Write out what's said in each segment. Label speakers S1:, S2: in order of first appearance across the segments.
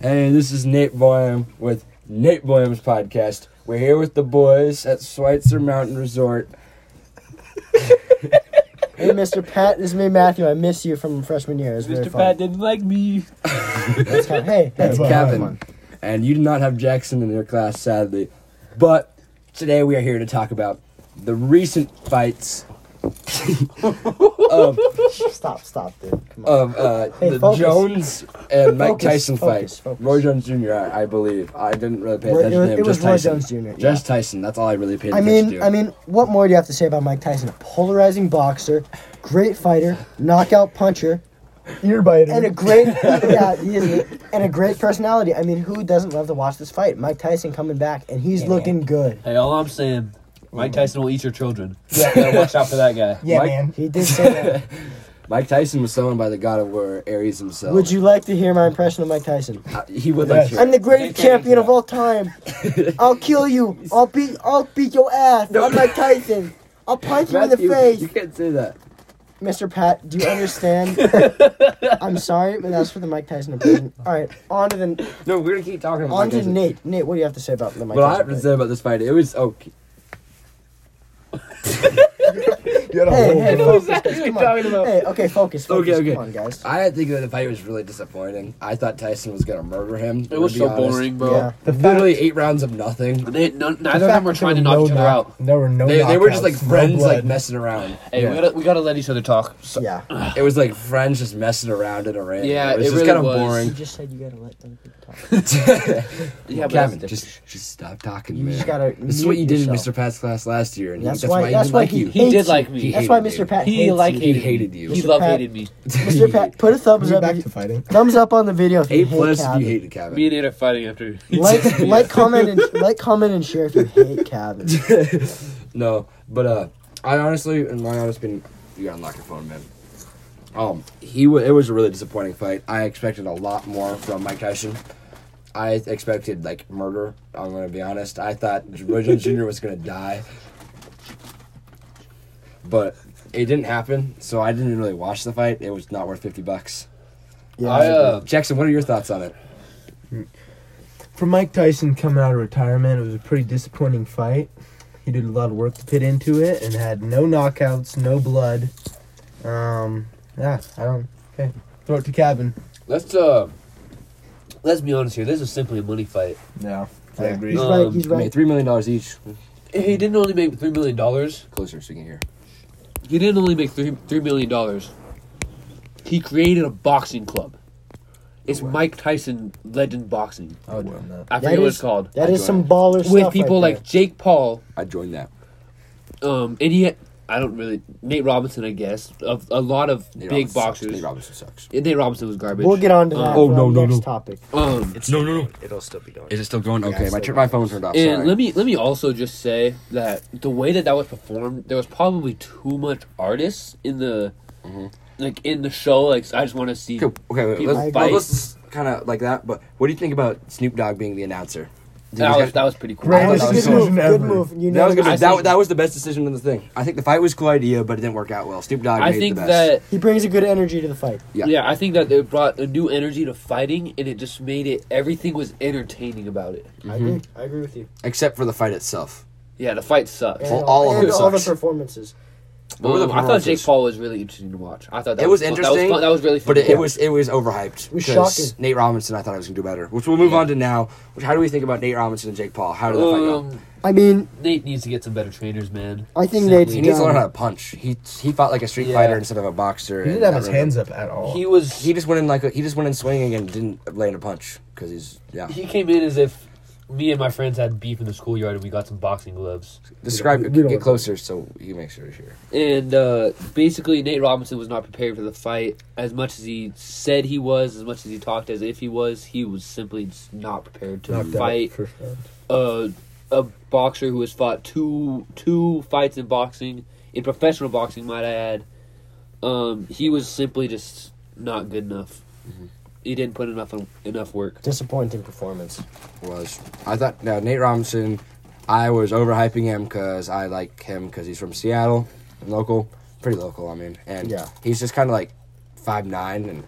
S1: Hey, this is Nate Boyum with Nate Boyum's podcast. We're here with the boys at Schweitzer Mountain Resort.
S2: Hey, Mr. Pat, this is me, Matthew. I miss you from freshman year. It was very
S3: Mr.
S2: fun.
S3: Pat didn't like me.
S2: That's kind of- hey,
S1: It's
S2: that's kind of
S1: Kevin.
S2: fun.
S1: And you did not have Jackson in your class, sadly. But today we are here to talk about the recent fights of,
S2: Stop, stop, dude. Come on.
S1: of uh,
S2: Hey,
S1: the
S2: focus.
S1: Jones and Mike
S2: Focus,
S1: Tyson fight.
S2: focus, focus.
S1: Roy Jones Jr., I, I believe. I didn't really pay
S2: Roy-
S1: attention
S2: it was-
S1: to him.
S2: it was
S1: just
S2: Roy
S1: Tyson.
S2: Jones Jr.,
S1: Just Tyson. That's all I really paid
S2: I
S1: attention
S2: mean,
S1: to.
S2: I mean, what more do you have to say about Mike Tyson? A polarizing boxer, great fighter, knockout puncher,
S4: ear biter.
S2: and a great yeah, he is, and a great personality. I mean, who doesn't love to watch this fight? Mike Tyson coming back, and he's looking good.
S3: Hey, all I'm saying, Mike Tyson will eat your children. Yeah, gotta watch out for that guy.
S4: yeah,
S1: Mike-
S4: man.
S2: He did say that.
S1: Mike Tyson was summoned by the god of war, Ares himself. Uh,
S2: Would you like to hear my impression of Mike Tyson?
S1: He would
S4: Yes.
S1: like
S2: I'm
S1: to.
S2: the greatest champion of all time. I'll kill you. I'll beat. I'll beat your ass. I'm Mike Tyson. I'll punch you in the
S1: Matthew,
S2: face.
S1: You can't say that.
S2: Mr. Pat, do you understand? I'm sorry, but that's for the Mike Tyson impression. All right, on to the
S1: No, we're gonna keep talking about
S2: on
S1: Mike
S2: to
S1: Tyson.
S2: Nate. Nate, what do you have to say about the Mike
S1: What I have
S2: Tyson?
S1: to say about this fight, it was okay.
S4: You had
S2: fight?
S4: a whole
S2: Hey, hey,
S4: bunch.
S2: focus, guys, come on. Hey, okay, focus, focus.
S1: Okay, okay.
S2: Come on, guys.
S1: I think that the fight was really disappointing. I thought Tyson was gonna murder him.
S3: It was so boring, bro.
S2: Yeah.
S4: The
S1: Literally eight rounds of nothing.
S3: They, none,
S4: fact-
S3: neither of them were
S4: there
S3: trying to knock
S4: no
S3: each other
S4: knock-
S3: out.
S4: There were no.
S1: They, they were just
S4: knockouts,
S1: like
S4: no
S1: friends, like
S4: blood.
S1: messing around.
S3: Hey,
S1: Yeah.
S3: we gotta we gotta let each other talk. So,
S2: yeah.
S1: It was like friends just messing around in a ring.
S3: Yeah,
S1: it was
S3: it
S1: just
S3: really
S1: kind
S3: was.
S1: of
S2: You
S1: boring.
S2: just said you gotta let them people talk.
S3: yeah, but
S1: Kevin,
S3: that's-
S1: just just stop talking,
S2: You
S1: man.
S2: just gotta.
S1: This is
S2: mute
S1: what you did in
S2: yourself.
S1: Mr. Pat's class last year, and he-
S2: That's
S1: that's,
S2: why-
S1: why he
S2: that's
S1: didn't
S2: why
S1: like
S2: he
S1: you.
S2: hates
S3: he did
S2: you.
S3: like me.
S1: He
S2: That's why
S1: hated
S2: Mr.
S1: you.
S2: Pat.
S3: he
S2: hates
S3: like
S2: you.
S1: He
S3: hated,
S1: hated you.
S3: He
S2: Mr.
S3: love
S2: Pat-
S3: hated me.
S2: Mr. Pat, put a thumbs
S4: We're
S2: up.
S4: back
S2: if
S4: to
S2: you-
S4: fighting.
S2: Thumbs up on the video if you
S1: A
S2: hate
S1: plus if
S2: Kevin.
S1: you hated Kevin.
S3: Me and Nate are fighting after.
S2: Like, like, comment, and like, comment, and share if you hate Kevin.
S1: No, but uh, I honestly, in my honest opinion, you gotta unlock your phone, man. Um, he w- it was a really disappointing fight. I expected a lot more from Mike Tyson. I expected like murder. I'm gonna be honest. I thought Roy Jones Jr. was gonna die, but it didn't happen. So I didn't really watch the fight. It was not worth fifty bucks.
S2: Yeah.
S3: I, uh,
S1: Jackson, what are your thoughts on it?
S4: For Mike Tyson coming out of retirement, it was a pretty disappointing fight. He did a lot of work to fit into it and had no knockouts, no blood. Um, yeah, I don't. Okay, throw it to Kevin.
S3: Let's uh, let's be honest here. This was simply a money fight.
S4: Yeah, I
S2: Yeah.
S4: agree.
S2: He's
S3: Um,
S2: right. He's
S1: I mean,
S2: right.
S1: three million dollars each.
S3: He didn't only make three million dollars.
S1: Closer, so you can hear.
S3: He didn't only make three three million dollars. He created a boxing club. It's Mike Tyson Legend Boxing.
S4: I would join that.
S3: I
S2: That
S3: forget what it's
S2: is-
S3: called.
S2: That
S1: I
S2: is some
S1: joined.
S2: baller stuff.
S3: With people
S2: right
S3: like Jake Paul,
S1: I joined that.
S3: um, and he had, I don't really Nate Robinson, I guess, of a lot of
S1: Nate
S3: big
S1: Robinson sucks.
S3: boxers.
S1: Nate
S3: Nate,
S1: Robinson sucks.
S3: Robinson was
S2: there.
S3: garbage.
S2: We'll get on to
S3: Um,
S2: that.
S1: oh,
S2: for
S1: no,
S2: our
S1: no,
S2: next
S1: no.
S2: Topic.
S3: um,
S1: No, no, no.
S4: It'll still be going.
S1: Is it still going?
S4: Yeah,
S1: Okay,
S4: it's
S1: my,
S4: still
S1: my phone turned off.
S3: and
S1: sorry.
S3: let me let me also just say that the way that that was performed, there was probably too much artists in the
S1: Mm-hmm.
S3: like in the show. Like I just want to see.
S1: Okay, okay wait,
S3: People
S1: let's,
S3: fight.
S1: let's kind of like that. But what do you think about Snoop Dogg being the announcer? Did
S3: That
S1: you
S3: was
S1: guys-
S3: that was pretty cool.
S4: Great.
S2: That was a
S1: That
S2: good
S1: was
S4: so
S2: move. Good
S4: never.
S2: move. You
S1: that
S2: know
S1: was
S2: the
S1: gonna,
S2: guy.
S3: I
S1: that,
S3: think-
S1: that was the best decision of the thing. I think the fight was a cool idea, but it didn't work out well. Snoop Dogg.
S3: I
S1: made
S3: think
S1: the best.
S3: that
S2: He brings a good energy to the fight.
S1: Yeah.
S3: Yeah. I think that it brought a new energy to fighting, and it just made it everything was entertaining about it.
S1: Mm-hmm.
S2: I agree. I agree with you.
S1: except for the fight itself.
S3: Yeah, the fight sucked.
S2: And
S1: Well, all of
S2: and
S1: it
S2: all the
S1: sucks.
S2: performances.
S1: What were the
S3: Um, I thought Jake
S1: performances?
S3: Paul was really interesting to watch. I thought that
S1: It was
S3: fun-
S1: interesting,
S3: That was, fun. that was really fun.
S1: But it,
S3: to
S1: it
S3: watch.
S1: was it was overhyped.
S2: was
S1: 'cause
S2: shocking.
S1: Nate Robinson, I thought I was gonna do better, which we'll move on to now. Which, how do we think about Nate Robinson and Jake Paul? How did that fight go?
S3: Um,
S2: I mean,
S3: Nate needs to get some better trainers, man.
S2: I think
S3: Simply.
S2: Nate's-
S1: He needs to
S2: Yeah.
S1: learn how to punch. He he fought like a street
S3: Yeah.
S1: fighter instead of a boxer.
S4: He
S1: and
S4: didn't have
S1: that
S4: his
S1: really-
S4: hands up at all.
S3: He was
S1: He
S3: he,
S1: just went in like a, he just went in swinging and didn't land a punch because he's yeah.
S3: came in as if me and my friends had beef in the schoolyard, and we got some boxing gloves.
S1: Describe
S4: We don't- we don't
S1: get
S4: want
S1: closer so you make sure it's here.
S3: And uh, basically, Nate Robinson was not prepared for the fight as much as he said he was, as much as he talked as if he was. He was simply just not prepared to
S4: Knocked out
S3: fight.
S4: first round.
S3: a a boxer who has fought two two fights in boxing, in professional boxing, might I add. Um, he was simply just not good enough. He didn't put enough enough work.
S2: disappointing performance.
S1: Was I thought now Nate Robinson, I was overhyping him because I like him because he's from Seattle, local, pretty local. I mean, and
S2: Yeah.
S1: he's just kind of like five nine and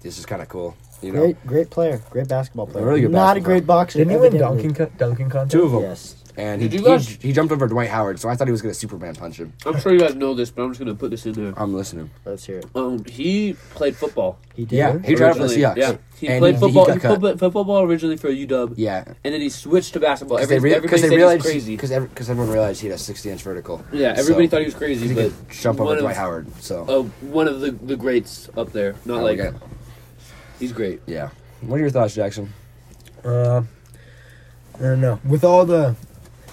S1: this is kind of cool. You know,
S2: Great, great player, great basketball player.
S1: Really good
S2: Not a
S1: basketball.
S2: great boxer.
S4: Didn't he
S2: ever
S4: win dunking co- dunking contest?
S1: two of them.
S2: Yes.
S1: And he,
S3: Did
S1: he,
S3: you guys-
S1: he jumped over Dwight Howard, so I thought he was gonna Superman punch him.
S3: I'm sure you guys know this, but I'm just gonna put this in there.
S1: I'm listening.
S2: Let's hear it.
S3: Um, he played football.
S2: He did.
S1: Yeah, he tried out for the
S3: originally.
S1: Seahawks.
S3: Yeah, he
S1: and
S3: played football. He,
S1: got cut.
S3: played football originally for UW.
S1: Yeah,
S3: and then he switched to basketball.
S1: because they,
S3: Everybody,
S1: rea- 'cause
S3: everybody
S1: they
S3: said
S1: realized
S3: he was crazy.
S1: because everyone realized he had a 60 inch vertical.
S3: Yeah, everybody
S1: So-
S3: thought he was crazy,
S1: he
S3: but
S1: could jump over
S3: one of-
S1: Dwight Howard. So
S3: Uh, one of the, the greats up there. Not
S1: Oh,
S3: like
S1: okay.
S3: he's great.
S1: yeah. What are your thoughts, Jackson?
S4: Uh, I don't know. With all the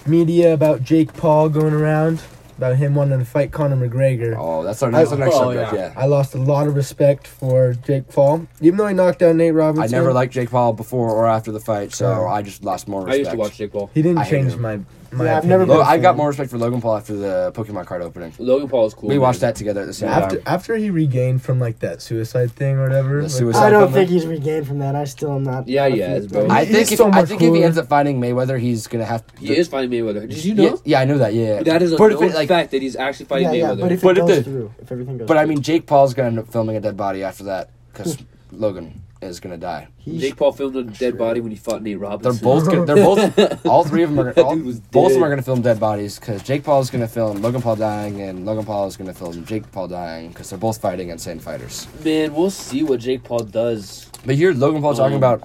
S4: media about Jake Paul going around, about him wanting to fight Conor McGregor,
S1: Oh, that's our, that's our next
S3: oh,
S1: subject. Yeah,
S4: I lost a lot of respect for Jake Paul. Even though he knocked down Nate
S1: I
S4: Robinson,
S1: never liked Jake Paul before or after the fight, so
S4: Yeah.
S1: I just lost more
S3: I
S1: respect.
S3: used to watch Jake Paul.
S4: he didn't
S1: I hate
S4: change
S1: him.
S4: my my.
S2: Yeah, I've
S4: opinion.
S2: never been
S1: Lo- I got
S2: fan.
S1: more respect for Logan Paul after the Pokemon card opening.
S3: Logan Paul is cool.
S1: we
S3: man.
S1: watched that together at the same
S4: After
S1: time.
S4: after he regained from like that suicide thing or whatever,
S1: The
S4: like-
S1: suicide-
S2: I don't
S1: Something.
S2: think he's regained from that. I still am not.
S3: Yeah,
S2: I
S3: he
S2: think-
S3: has, bro.
S1: I
S4: He's
S1: think, if,
S4: so
S1: I
S4: much
S1: think if he
S4: cooler.
S1: ends up fighting Mayweather, he's gonna have. To,
S3: He is fighting Mayweather. Did you
S1: Yeah,
S3: know?
S1: yeah, I know that. Yeah, yeah.
S3: That is a
S1: but if
S3: known
S1: it, like,
S3: fact that he's actually fighting
S2: Yeah, yeah,
S3: Mayweather.
S2: but if
S1: But
S2: it
S1: if
S2: goes
S1: the-
S2: through, if everything goes,
S1: But I
S2: through,
S1: mean, Jake Paul's gonna end up filming a dead body after that because Logan is gonna die.
S2: he's,
S3: Jake Paul filmed a dead body when he fought Nate
S1: They're
S3: Robinson.
S1: both. Gonna, they're both. All three of them are. All,
S3: dude was
S1: both of them
S3: dead.
S1: are going to film dead bodies because Jake Paul is going to film Logan Paul dying, and Logan Paul is going to film Jake Paul dying because they're both fighting insane fighters.
S3: Man, we'll see what Jake Paul does.
S1: But you're Logan Paul talking
S3: Um,
S1: about.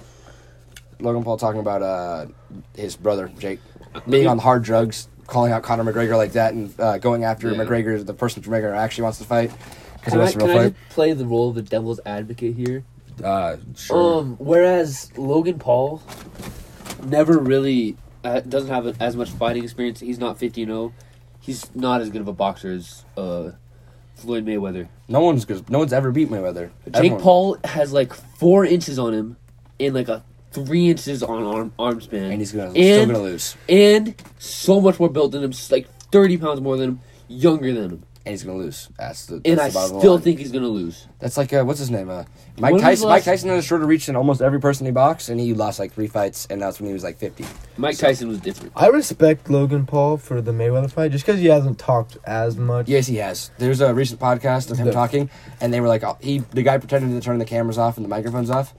S1: Logan Paul talking about uh, his brother Jake
S3: me-
S1: being on hard drugs, calling out Conor McGregor like that, and uh, going after
S3: Yeah.
S1: McGregor, the person McGregor actually wants to fight. Because he
S3: Can I,
S1: wants to
S3: can
S1: real
S3: I
S1: fight.
S3: just play the role of the devil's advocate here?
S1: Uh, sure.
S3: Um, whereas Logan Paul never really uh, doesn't have as much fighting experience. He's not 50 0. He's not as good of a boxer as uh, Floyd Mayweather.
S1: no one's good. No one's ever beat Mayweather.
S3: Jake
S1: Everyone-
S3: Paul has like four inches on him and like a three inches on arm, arm span.
S1: and he's gonna still
S3: and,
S1: gonna lose,
S3: and so much more built than him, s- like 30 pounds more than him, younger than him.
S1: and he's gonna lose. That's the.
S3: And I
S1: that's the bottom
S3: still
S1: line.
S3: think he's going to lose.
S1: That's like uh, what's his name? Uh,
S3: When
S1: Mike
S3: was
S1: Tyson.
S3: the
S1: Mike
S3: last-
S1: Tyson had a shorter reach than almost every person he boxed, and he lost like three fights, and that's when he was like fifty.
S3: Mike Tyson was different.
S4: I respect Logan Paul for the Mayweather fight just because he hasn't talked as much.
S1: Yes, he has. There's a recent podcast of him
S4: The-
S1: talking, and they were like, oh, he the guy pretended to turn the cameras off and the microphones off,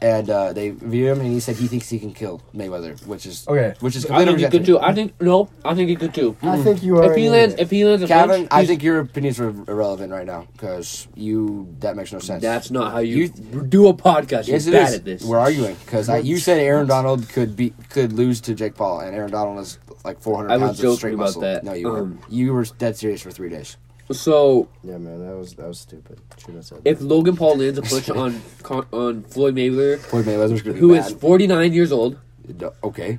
S1: and uh, they view him, and he said he thinks he can kill Mayweather, which is
S4: Okay.
S1: which is
S3: I
S1: completely
S3: think he could
S1: rejected.
S3: too. I think no. I think he could too.
S2: I think you are.
S3: If he
S2: an
S3: lands,
S2: idiot.
S3: if he lands a
S1: Gavin,
S3: punch,
S1: I
S3: he's-
S1: think your opinions are irrelevant right now because you that makes no sense.
S3: That's not how you, do a podcast. You're
S1: Yes, it
S3: bad
S1: is.
S3: at this.
S1: We're arguing because you said Aaron Donald could be could lose to Jake Paul, and Aaron Donald is like 400
S3: I was
S1: pounds
S3: joking
S1: of straight
S3: about
S1: muscle.
S3: that.
S1: No, you
S3: Um,
S1: were you were dead serious for three days.
S3: so
S2: yeah, man, that was that was stupid. Should have said.
S3: if Logan Paul lands a punch on Con- on Floyd Mayweather,
S1: Floyd Mayweather's gonna be
S3: who
S1: mad.
S3: is 49 years old,
S1: No, okay?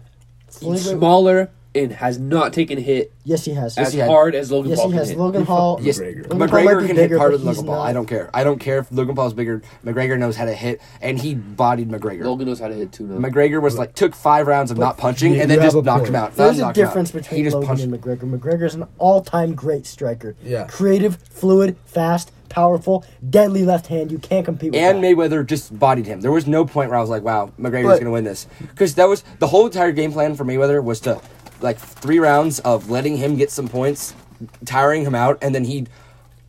S2: Floyd Mayweather-
S3: smaller, and has not taken a hit
S2: yes, he has.
S3: as
S1: he has.
S3: hard as Logan
S2: yes,
S3: Paul
S2: he
S3: can
S2: has.
S3: hit.
S2: Logan Paul.
S1: Yes,
S4: McGregor.
S1: McGregor,
S2: Logan Paul might be
S1: can
S2: bigger,
S1: hit harder
S2: but
S1: than Logan
S2: he's
S1: Paul.
S2: not-
S1: I don't care. I don't care if Logan Paul's bigger. McGregor knows how to hit, and he bodied McGregor.
S3: Logan knows how to hit too now.
S1: McGregor was like took five rounds of not punching,
S4: you
S1: and then
S4: have
S1: just
S4: a
S1: knocked
S4: point.
S1: him out.
S2: There's a
S1: Knocked him out.
S2: difference
S1: he
S2: between
S1: just
S2: Logan
S1: punched.
S2: and McGregor. McGregor is an all-time great striker.
S4: Yeah.
S2: Creative, fluid, fast, powerful, deadly left hand. You can't compete with
S1: and
S2: that.
S1: Mayweather just bodied him. There was no point where I was like, "Wow, McGregor's
S4: But-
S1: going to win this," because that was the whole entire game plan for Mayweather was to like three rounds of letting him get some points, tiring him out, and then he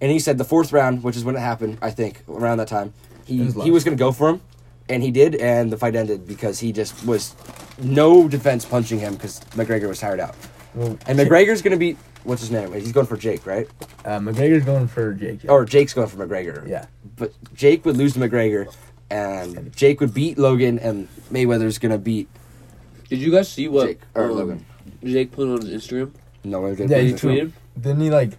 S1: and he said the fourth round, which is when it happened, I think around that time, he
S4: was
S1: he was going to go for him, and he did, and the fight ended because he just was no defense punching him because McGregor was tired out,
S4: Well,
S1: and McGregor's going to beat what's his name? He's going for Jake, right?
S4: uh, McGregor's going for Jake. yeah.
S1: or Jake's going for McGregor.
S4: Yeah.
S1: But Jake would lose to McGregor, and Jake would beat Logan, and Mayweather's gonna beat.
S3: Did you guys see what
S1: Jake- or
S3: um,
S1: Logan.
S3: Jake put on his Instagram?
S1: No one's gonna.
S4: Yeah,
S1: beat
S4: he
S1: him.
S4: tweeted.
S3: Tweeted?
S4: Didn't he like?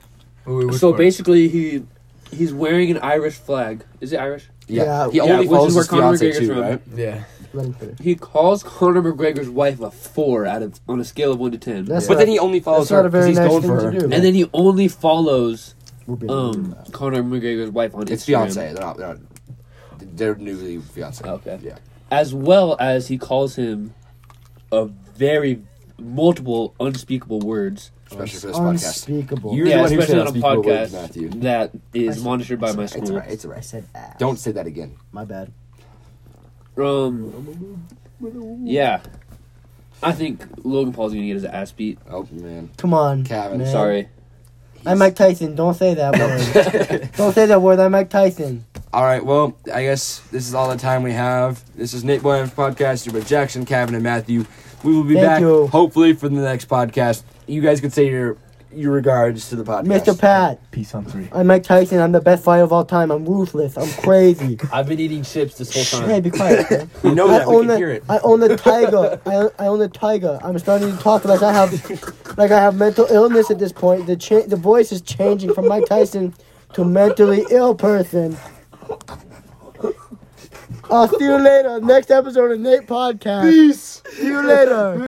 S3: So basically, he he's wearing an Irish flag. Is it Irish?
S1: Yeah.
S2: Yeah.
S1: he
S2: Yeah,
S1: only
S3: which
S1: follows
S3: is where
S1: his
S3: Conor
S1: fiance
S3: McGregor's
S1: too,
S3: from.
S1: right?
S4: yeah,
S2: Let him finish.
S3: He calls Conor McGregor's wife a four out of on a scale of one to ten,
S2: That's
S1: But
S2: not-
S1: then he only follows
S2: that's not
S1: her
S2: a very
S1: because he's
S2: nice
S1: going
S2: thing
S1: for
S2: to
S1: her.
S2: do.
S3: and then he only follows
S2: We're being
S3: um Conor McGregor's wife on
S1: It's
S3: Instagram,
S1: fiance. They're not. They're, not, they're newly fiance.
S3: Okay.
S1: Yeah.
S3: as well as he calls him a very multiple unspeakable words.
S1: Especially for this podcast.
S2: unspeakable.
S1: You're- the
S3: yeah,
S1: one who
S3: especially
S1: said
S3: on a
S1: unspeakable words, Matthew.
S3: podcast that is monitored by my
S1: It's
S3: school.
S1: alright. It's
S2: I
S1: alright.
S2: said ass.
S1: Don't say that again.
S2: My bad.
S3: Um, yeah, I think Logan Paul's gonna get his ass beat.
S1: Oh man.
S2: Come on,
S1: Kevin,
S2: man.
S1: Yeah.
S3: Sorry,
S2: I'm Mike Tyson. Don't say that word. don't say that word. I'm Mike Tyson.
S1: All right, well, I guess this is all the time we have. This is Nate Williams podcast. You're with Jackson, Kevin, and Matthew. We will be
S2: Thank
S1: back
S2: you.
S1: hopefully for the next podcast. You guys can say your your regards to the podcast.
S2: Mr. Pat,
S4: Peace on three.
S2: I'm Mike Tyson. I'm the best fighter of all time. I'm ruthless. I'm crazy.
S3: I've been eating chips this whole
S2: Hey,
S3: time.
S2: be quiet. man.
S1: we know
S2: I
S1: that we
S2: own
S1: can
S2: the
S1: hear it.
S2: I own the tiger. I, I own the tiger. I'm starting to talk like I have like I have mental illness at this point. The cha- the voice is changing from Mike Tyson to mentally ill person. I'll see you later. Next episode of Nate Podcast. Peace. See you later.